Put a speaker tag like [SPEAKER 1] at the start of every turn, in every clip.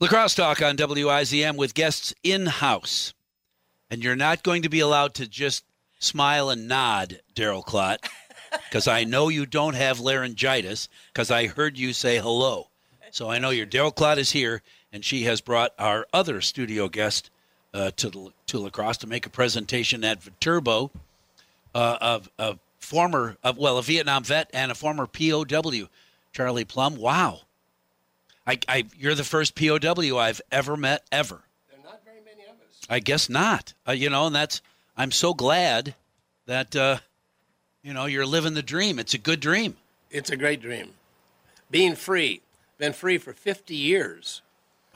[SPEAKER 1] Lacrosse Talk on WIZM with guests in house. And you're not going to be allowed to just smile and nod, Daryl Clot, because I know you don't have laryngitis, because I heard you say hello. So I know your Daryl Clot is here, and she has brought our other studio guest uh, to, the, to lacrosse to make a presentation at Viterbo uh, of, of former, of, well, a Vietnam vet and a former POW, Charlie Plum. Wow. I, I, you're the first POW I've ever met ever.
[SPEAKER 2] There are not very many of us.
[SPEAKER 1] I guess not. Uh, you know, and that's I'm so glad that uh, you know you're living the dream. It's a good dream.
[SPEAKER 2] It's a great dream. Being free, been free for 50 years.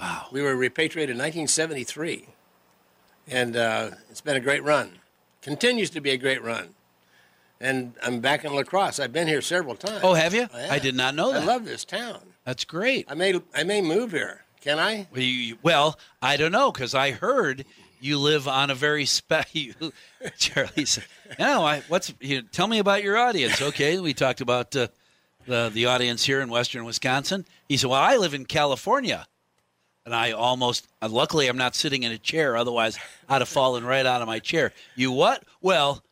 [SPEAKER 1] Wow.
[SPEAKER 2] We were repatriated in 1973, and uh, it's been a great run. Continues to be a great run. And I'm back in lacrosse. I've been here several times.
[SPEAKER 1] Oh, have you?
[SPEAKER 2] Yeah.
[SPEAKER 1] I did not know that.
[SPEAKER 2] I love this town.
[SPEAKER 1] That's great.
[SPEAKER 2] I may I may move here. Can I?
[SPEAKER 1] Well, you, you- well, I don't know because I heard you live on a very special. Charlie said, "No, I what's you tell me about your audience?" Okay, we talked about uh, the the audience here in Western Wisconsin. He said, "Well, I live in California," and I almost uh, luckily I'm not sitting in a chair, otherwise I'd have fallen right out of my chair. You what? Well,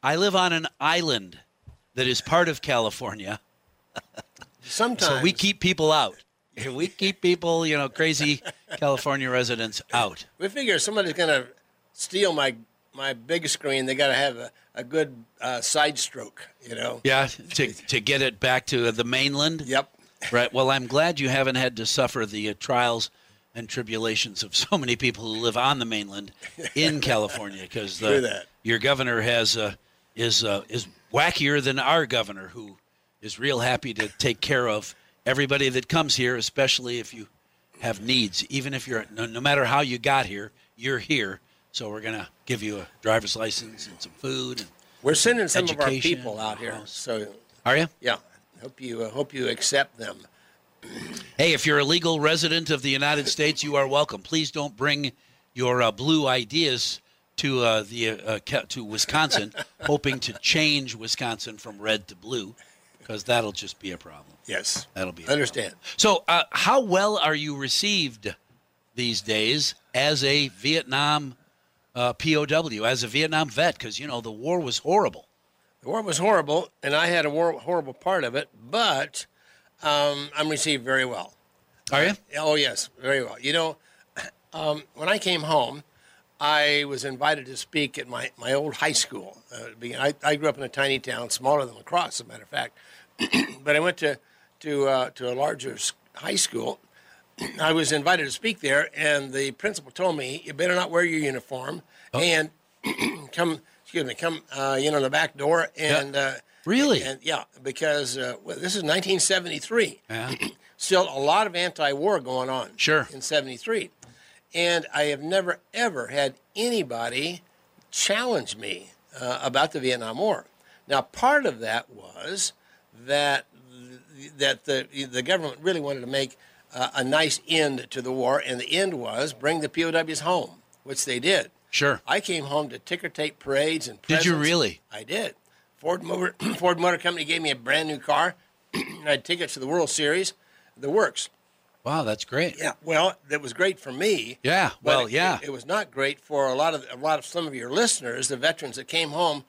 [SPEAKER 1] I live on an island that is part of California.
[SPEAKER 2] Sometimes
[SPEAKER 1] So we keep people out. We keep people, you know, crazy California residents out.
[SPEAKER 2] We figure if somebody's gonna steal my my big screen. They gotta have a, a good uh, side stroke. You know.
[SPEAKER 1] Yeah, to to get it back to the mainland.
[SPEAKER 2] Yep.
[SPEAKER 1] Right. Well, I'm glad you haven't had to suffer the uh, trials and tribulations of so many people who live on the mainland in California because
[SPEAKER 2] True that.
[SPEAKER 1] your governor has uh, is uh, is wackier than our governor who is real happy to take care of everybody that comes here, especially if you have needs, even if you're no, no matter how you got here, you're here. So we're gonna give you a driver's license and some food. And,
[SPEAKER 2] We're sending some of our
[SPEAKER 1] Education,
[SPEAKER 2] people out here.
[SPEAKER 1] house.
[SPEAKER 2] So
[SPEAKER 1] are you?
[SPEAKER 2] yeah, hope you uh, hope you accept them.
[SPEAKER 1] Hey, if you're a legal resident of the United States, you are welcome. Please don't bring your uh, blue ideas to uh, the uh, ca- to Wisconsin, hoping to change Wisconsin from red to blue, because that'll just be a problem.
[SPEAKER 2] Yes.
[SPEAKER 1] That'll be a
[SPEAKER 2] Understand.
[SPEAKER 1] problem. So, uh, how well are you received these days as a Vietnam uh, POW, as a Vietnam vet? Because you know the war was horrible.
[SPEAKER 2] The war was horrible, and I had a war- horrible part of it, but um, I'm received very well.
[SPEAKER 1] Are you?
[SPEAKER 2] Oh, yes, very well. You know, um, when I came home, I was invited to speak at my, my old high school. Uh, be- I, I grew up in a tiny town, smaller than Lacrosse, as a matter of fact. but I went to, to, uh, to a larger s- high school. I was invited to speak there, and the principal told me, you better not wear your uniform
[SPEAKER 1] Oh.
[SPEAKER 2] and come, excuse me, come, uh, in on the back door. And uh,
[SPEAKER 1] Really?
[SPEAKER 2] And, yeah, because uh, well, this is 1973
[SPEAKER 1] Yeah.
[SPEAKER 2] still a lot of anti-war going on.
[SPEAKER 1] Sure.
[SPEAKER 2] In '73, and I have never ever had anybody challenge me uh, about the Vietnam War. Now, part of that was that th- that the the government really wanted to make uh, a nice end to the war, and the end was bring the POWs home, which they did.
[SPEAKER 1] Sure.
[SPEAKER 2] I came home to ticker tape parades and
[SPEAKER 1] Did you
[SPEAKER 2] presents.
[SPEAKER 1] really?
[SPEAKER 2] I did. Ford Motor Ford Motor Company gave me a brand new car. I had tickets to the World Series, the works.
[SPEAKER 1] Wow, that's great.
[SPEAKER 2] Yeah. Well, that was great for me.
[SPEAKER 1] Yeah,
[SPEAKER 2] but
[SPEAKER 1] well,
[SPEAKER 2] it-
[SPEAKER 1] yeah.
[SPEAKER 2] It, it was not great for a lot of a lot of some of your listeners, the veterans that came home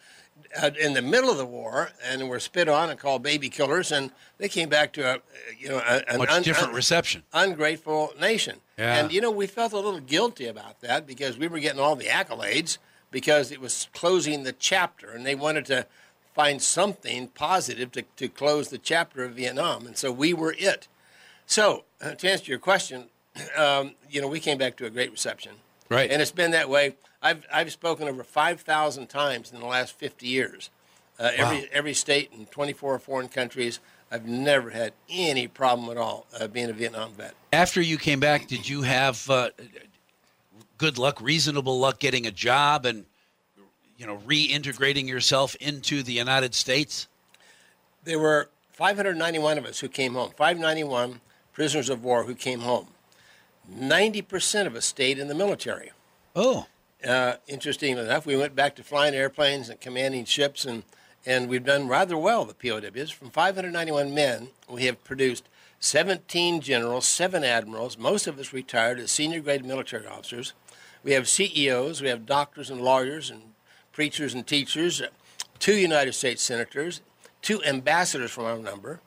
[SPEAKER 2] uh, in the middle of the war and were spit on and called baby killers, and they came back to a uh, you know a, an
[SPEAKER 1] Much
[SPEAKER 2] un-
[SPEAKER 1] different
[SPEAKER 2] un-
[SPEAKER 1] reception.
[SPEAKER 2] ungrateful nation.
[SPEAKER 1] Yeah.
[SPEAKER 2] And you know, we felt a little guilty about that because we were getting all the accolades because it was closing the chapter and they wanted to find something positive to, to close the chapter of Vietnam. And so we were it. So, uh, to answer your question, um, you know, we came back to a great reception.
[SPEAKER 1] Right.
[SPEAKER 2] And it's been that way. I've, I've spoken over 5,000 times in the last 50 years. Uh,
[SPEAKER 1] Wow.
[SPEAKER 2] every, every state in 24 foreign countries. I've never had any problem at all uh, being a Vietnam vet.
[SPEAKER 1] after you came back, did you have uh, good luck, reasonable luck getting a job and you know reintegrating yourself into the United States?
[SPEAKER 2] There were 591 of us who came home, 591 prisoners of war who came home. 90% of us stayed in the military.
[SPEAKER 1] Oh,
[SPEAKER 2] Uh, interestingly enough, we went back to flying airplanes and commanding ships, and, and we've done rather well, the POWs. From 591 men, we have produced 17 generals, seven admirals, most of us retired as senior grade military officers. We have CEOs, we have doctors and lawyers and preachers and teachers, two United States senators, two ambassadors from our number,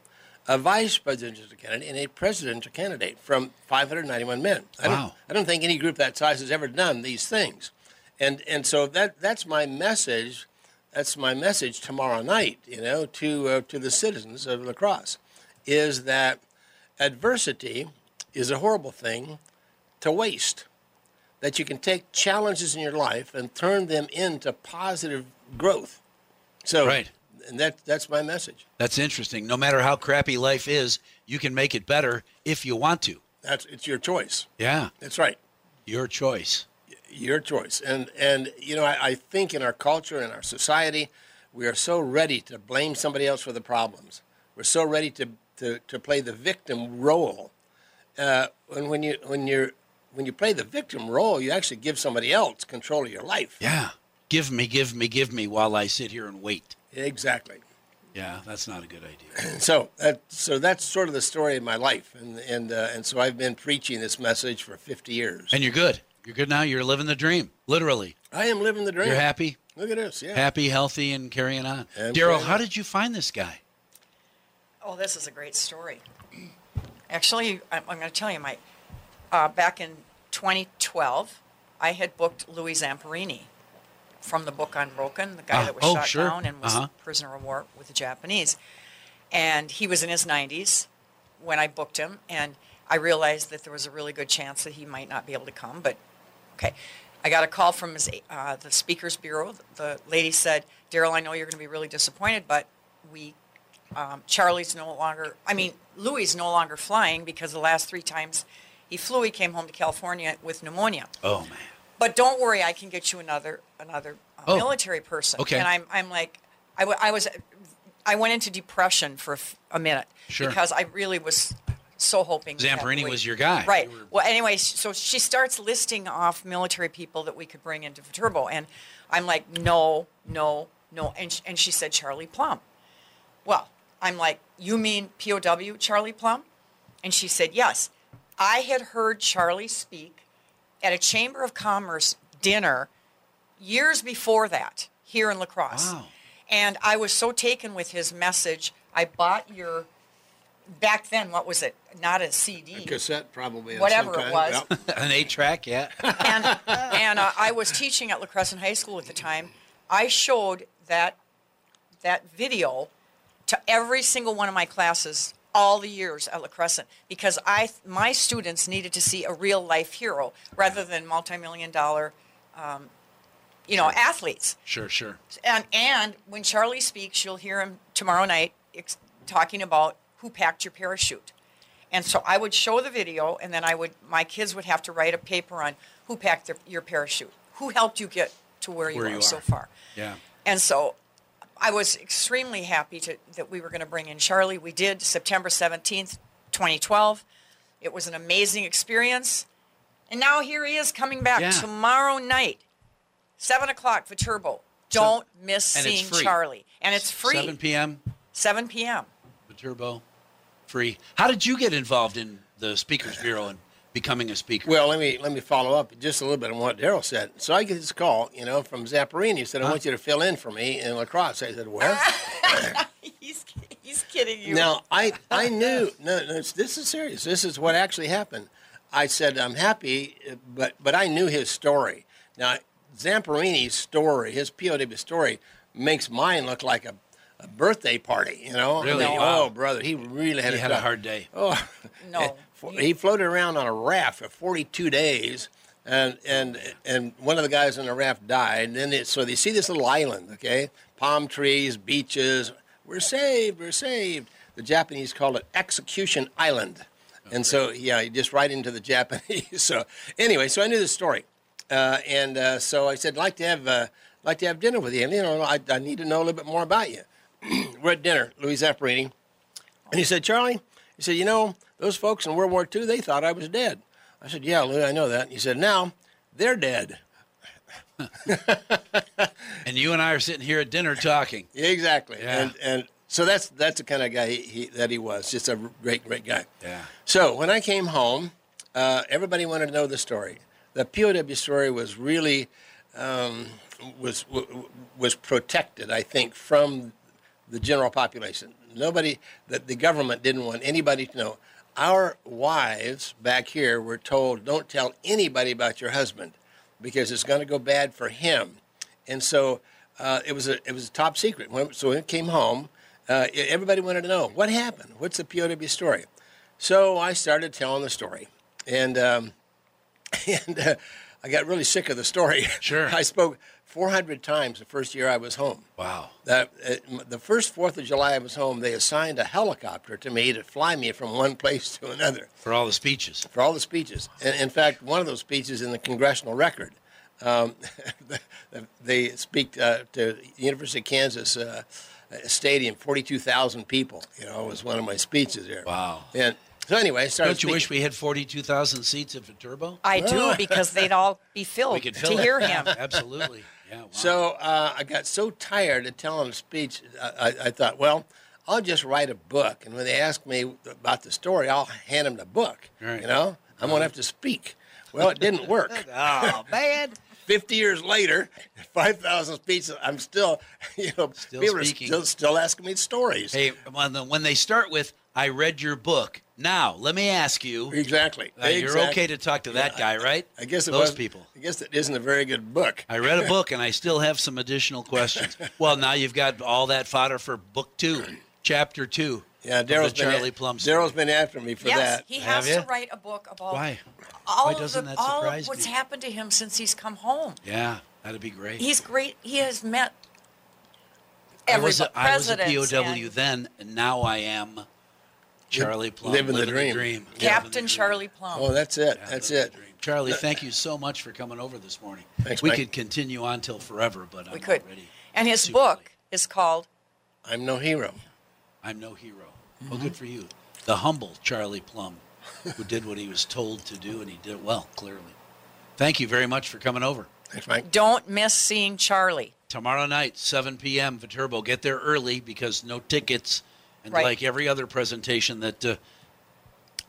[SPEAKER 2] a vice presidential candidate, and a presidential candidate from 591 men. I
[SPEAKER 1] Wow.
[SPEAKER 2] Don't, I don't think any group that size has ever done these things. And, and so that, that's my message. That's my message tomorrow night, you know, to, uh, to the citizens of La Crosse, is that adversity is a horrible thing to waste that you can take challenges in your life and turn them into positive growth. So,
[SPEAKER 1] Right.
[SPEAKER 2] and that that's my message.
[SPEAKER 1] That's interesting. No matter how crappy life is, you can make it better if you want to.
[SPEAKER 2] That's it's your choice.
[SPEAKER 1] Yeah,
[SPEAKER 2] That's right,
[SPEAKER 1] your choice.
[SPEAKER 2] your choice. And and you know, I, I think in our culture and our society, we are so ready to blame somebody else for the problems. We're so ready to to, to play the victim role. Uh, and when you when you're when you play the victim role, you actually give somebody else control of your life.
[SPEAKER 1] Yeah. Give me, give me, give me while I sit here and wait.
[SPEAKER 2] Exactly.
[SPEAKER 1] Yeah, that's not a good idea.
[SPEAKER 2] so that so that's sort of the story of my life, and and uh, and so I've been preaching this message for 50 years.
[SPEAKER 1] And you're good. You're good now. You're living the dream, literally.
[SPEAKER 2] I am living the dream.
[SPEAKER 1] You're happy,
[SPEAKER 2] Look at this, yeah.
[SPEAKER 1] happy, healthy, and carrying on.
[SPEAKER 2] And
[SPEAKER 1] Daryl,
[SPEAKER 2] carrying
[SPEAKER 1] how
[SPEAKER 2] on.
[SPEAKER 1] did you find this guy?
[SPEAKER 3] Oh, this is a great story. Actually, I'm, I'm going to tell you, Mike. Uh, back in 2012, I had booked Louis Zamperini from the book Unbroken, the guy
[SPEAKER 1] Ah,
[SPEAKER 3] that was
[SPEAKER 1] oh,
[SPEAKER 3] shot
[SPEAKER 1] sure.
[SPEAKER 3] down and was
[SPEAKER 1] Uh-huh.
[SPEAKER 3] prisoner of war with the Japanese. And he was in his 90s when I booked him, and I realized that there was a really good chance that he might not be able to come, but okay. I got a call from his, uh, the Speakers Bureau. The lady said, Daryl, I know you're going to be really disappointed, but we um, Charlie's no longer, I mean, Louis is no longer flying because the last three times he flew, he came home to California with pneumonia.
[SPEAKER 1] Oh man.
[SPEAKER 3] But don't worry, I can get you another another uh,
[SPEAKER 1] Oh,
[SPEAKER 3] military person.
[SPEAKER 1] okay.
[SPEAKER 3] And I'm I'm like, I, w- I was, I went into depression for a, f- a minute
[SPEAKER 1] Sure.
[SPEAKER 3] because I really was so hoping that
[SPEAKER 1] Zamperini
[SPEAKER 3] Louis-
[SPEAKER 1] was your guy.
[SPEAKER 3] right?
[SPEAKER 1] You were-
[SPEAKER 3] Well, anyway, sh- so she starts listing off military people that we could bring into Turbo, and I'm like, no, no, no, and sh- and she said Charlie Plum. Well, I'm like, you mean POW Charlie Plum? And she said, yes. I had heard Charlie speak at a Chamber of Commerce dinner years before that here in La Crosse.
[SPEAKER 1] Wow.
[SPEAKER 3] And I was so taken with his message. I bought your, back then, what was it? Not a CD.
[SPEAKER 2] Cassette probably. of
[SPEAKER 3] Whatever
[SPEAKER 2] some
[SPEAKER 3] it
[SPEAKER 2] kind.
[SPEAKER 3] was.
[SPEAKER 2] Yeah.
[SPEAKER 1] An eight track, yeah.
[SPEAKER 3] and and uh, I was teaching at La Crescent High School at the time. I showed that that video to every single one of my classes all the years at La Crescent because I my students needed to see a real life hero rather than multi-million dollar, um, you know, athletes.
[SPEAKER 1] Sure, sure.
[SPEAKER 3] And and when Charlie speaks, you'll hear him tomorrow night ex- talking about who packed your parachute. And so I would show the video, and then I would my kids would have to write a paper on who packed their, your parachute, who helped you get to where you,
[SPEAKER 1] Where
[SPEAKER 3] are,
[SPEAKER 1] you
[SPEAKER 3] so
[SPEAKER 1] are.
[SPEAKER 3] far.
[SPEAKER 1] Yeah.
[SPEAKER 3] And so I was extremely happy to, that we were going to bring in Charlie. We did September 17th, 2012. It was an amazing experience. And now here he is coming back
[SPEAKER 1] Yeah.
[SPEAKER 3] tomorrow night, 7 o'clock for Turbo. Don't miss
[SPEAKER 1] and it's
[SPEAKER 3] seeing
[SPEAKER 1] free.
[SPEAKER 3] Charlie. And it's free,
[SPEAKER 1] 7 p.m.
[SPEAKER 3] 7 p.m.
[SPEAKER 1] The turbo, free. How did you get involved in the Speakers Bureau and becoming a speaker?
[SPEAKER 2] Well, let me let me follow up just a little bit on what Daryl said. So I get this call, you know, from Zapparini. He said, "I want you to fill in for me in lacrosse." I said, "Where?"
[SPEAKER 3] He's, he's kidding you.
[SPEAKER 2] Now I I knew no, no it's- this is serious. This is what actually happened. I said I'm happy, uh, but but I knew his story. Now Zamperini's story, his POW story, makes mine look like a, a birthday party. You know, I
[SPEAKER 1] Really?
[SPEAKER 2] mean,
[SPEAKER 1] Wow.
[SPEAKER 2] oh brother, he really had,
[SPEAKER 1] You
[SPEAKER 2] it
[SPEAKER 1] had a
[SPEAKER 2] tough.
[SPEAKER 1] hard day.
[SPEAKER 2] Oh,
[SPEAKER 3] No.
[SPEAKER 2] For- he floated around on a raft for 42 days, and and and one of the guys on the raft died. And then it, so they see this little island, okay, palm trees, beaches. We're saved. We're saved. The Japanese call it Execution Island, and so yeah, you just right into the Japanese. So anyway, so I knew the story, uh, and uh, so I said, "I'd like to have uh, like to have dinner with you. And, you know, I, I need to know a little bit more about you. We're at dinner, Louis Zapparini. And he said, Charlie, he said, you know, those folks in World War II, they thought I was dead. I said, yeah, Lou, I know that. And he said, now they're dead.
[SPEAKER 1] And you and I are sitting here at dinner talking.
[SPEAKER 2] Yeah, exactly.
[SPEAKER 1] Yeah.
[SPEAKER 2] And, and So that's that's the kind of guy he, he, that he was. Just a great, great guy.
[SPEAKER 1] Yeah.
[SPEAKER 2] So when I came home, uh, everybody wanted to know the story. The POW story was really um, was w- w- was protected, I think, from the general population. Nobody, the, the government didn't want anybody to know. Our wives back here were told, "Don't tell anybody about your husband, because it's going to go bad for him." And so uh, it was a it was a top secret. When, so when it came home, uh, everybody wanted to know what happened. What's the POW story? So I started telling the story, and um, and uh, I got really sick of the story.
[SPEAKER 1] Sure.
[SPEAKER 2] I spoke 400 times the first year I was home.
[SPEAKER 1] Wow.
[SPEAKER 2] That uh, the first Fourth of July I was home, they assigned a helicopter to me to fly me from one place to another
[SPEAKER 1] For all the speeches.
[SPEAKER 2] for all the speeches. And in fact, one of those speeches in the congressional record. Um, they speak uh, to University of Kansas uh, Stadium, forty-two thousand people. You know, was one of my speeches there.
[SPEAKER 1] Wow.
[SPEAKER 2] And so anyway, I started.
[SPEAKER 1] Don't you wish
[SPEAKER 2] speaking.
[SPEAKER 1] we had 42,000 seats at Viterbo?
[SPEAKER 3] I do because they'd all be
[SPEAKER 1] We
[SPEAKER 3] filled
[SPEAKER 1] could
[SPEAKER 3] to
[SPEAKER 1] fill it.
[SPEAKER 3] hear him.
[SPEAKER 1] Absolutely. Yeah. Wow.
[SPEAKER 2] So uh, I got so tired of telling a speech, I, I, I thought, well, I'll just write a book. And when they ask me about the story, I'll hand them the book.
[SPEAKER 1] Right.
[SPEAKER 2] You know, I'm going to have to speak. Well, it didn't work.
[SPEAKER 1] oh, man.
[SPEAKER 2] 50 years later, 5,000 speeches, I'm still, you know,
[SPEAKER 1] Still
[SPEAKER 2] people
[SPEAKER 1] speaking.
[SPEAKER 2] are still, still asking me stories.
[SPEAKER 1] Hey, when, the, when they start with, I read your book. Now, let me ask you.
[SPEAKER 2] Exactly.
[SPEAKER 1] Uh, You're
[SPEAKER 2] Exact-
[SPEAKER 1] okay to talk to that guy, right?
[SPEAKER 2] I guess it
[SPEAKER 1] those
[SPEAKER 2] was,
[SPEAKER 1] people.
[SPEAKER 2] I guess it isn't a very good book.
[SPEAKER 1] I read a book and I still have some additional questions. well, now you've got all that fodder for book two, chapter two.
[SPEAKER 2] yeah,
[SPEAKER 1] of the
[SPEAKER 2] Daryl's been,
[SPEAKER 1] Charlie Plum. story.
[SPEAKER 2] Daryl's been after me for
[SPEAKER 3] Yes,
[SPEAKER 2] that.
[SPEAKER 3] he
[SPEAKER 1] Have
[SPEAKER 3] has
[SPEAKER 1] ya?
[SPEAKER 3] to write a book about
[SPEAKER 1] Why?
[SPEAKER 3] all
[SPEAKER 1] Why
[SPEAKER 3] of
[SPEAKER 1] doesn't
[SPEAKER 3] the,
[SPEAKER 1] that
[SPEAKER 3] all
[SPEAKER 1] surprise
[SPEAKER 3] of what's
[SPEAKER 1] me?
[SPEAKER 3] happened to him since he's come home.
[SPEAKER 1] Yeah, that'd be great.
[SPEAKER 3] He's great. He has met
[SPEAKER 1] I
[SPEAKER 3] every
[SPEAKER 1] was a, I was a
[SPEAKER 3] president.
[SPEAKER 1] POW then, and now I am Charlie Plum.
[SPEAKER 2] Living the dream.
[SPEAKER 1] Living the
[SPEAKER 3] Captain
[SPEAKER 1] dream.
[SPEAKER 3] Charlie Plum.
[SPEAKER 2] Oh, that's it.
[SPEAKER 1] Yeah,
[SPEAKER 2] that's
[SPEAKER 1] living
[SPEAKER 2] it.
[SPEAKER 1] the dream. Charlie, thank you so much for coming over this morning.
[SPEAKER 2] Thanks,
[SPEAKER 1] we
[SPEAKER 2] Mike.
[SPEAKER 1] could continue on till forever, but
[SPEAKER 3] we
[SPEAKER 1] I'm
[SPEAKER 3] could.
[SPEAKER 1] already
[SPEAKER 3] And his
[SPEAKER 1] super
[SPEAKER 3] book
[SPEAKER 1] late.
[SPEAKER 3] is called
[SPEAKER 2] I'm no hero.
[SPEAKER 1] I'm no hero. Well, good for you. The humble Charlie Plum, who did what he was told to do, and he did it well, clearly. Thank you very much for coming over.
[SPEAKER 2] Thanks, Mike.
[SPEAKER 3] Don't Miss Seeing Charlie.
[SPEAKER 1] Tomorrow night, 7 p.m., Viterbo. Get there early because no tickets. And
[SPEAKER 3] Right.
[SPEAKER 1] like every other presentation that uh,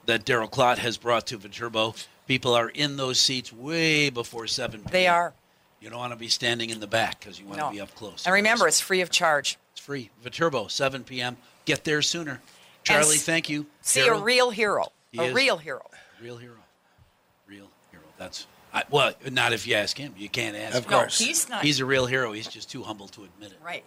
[SPEAKER 1] that Daryl Clot has brought to Viterbo, people are in those seats way before 7 p.m.
[SPEAKER 3] They are.
[SPEAKER 1] You don't want to be standing in the back because you want
[SPEAKER 3] No.
[SPEAKER 1] to be up close.
[SPEAKER 3] And remember, it's free of charge.
[SPEAKER 1] it's free. Viterbo, 7 p.m. Get there sooner.
[SPEAKER 3] And s-
[SPEAKER 1] Charlie, thank you.
[SPEAKER 3] See a
[SPEAKER 1] Daryl.
[SPEAKER 3] real hero.
[SPEAKER 1] He
[SPEAKER 3] A
[SPEAKER 1] is.
[SPEAKER 3] real hero.
[SPEAKER 1] Real hero. Real hero. That's I, well, not if you ask him. You can't ask.
[SPEAKER 2] Of
[SPEAKER 1] him.
[SPEAKER 2] course.
[SPEAKER 3] No, he's not.
[SPEAKER 1] He's a real hero. He's just too humble to admit it.
[SPEAKER 3] right.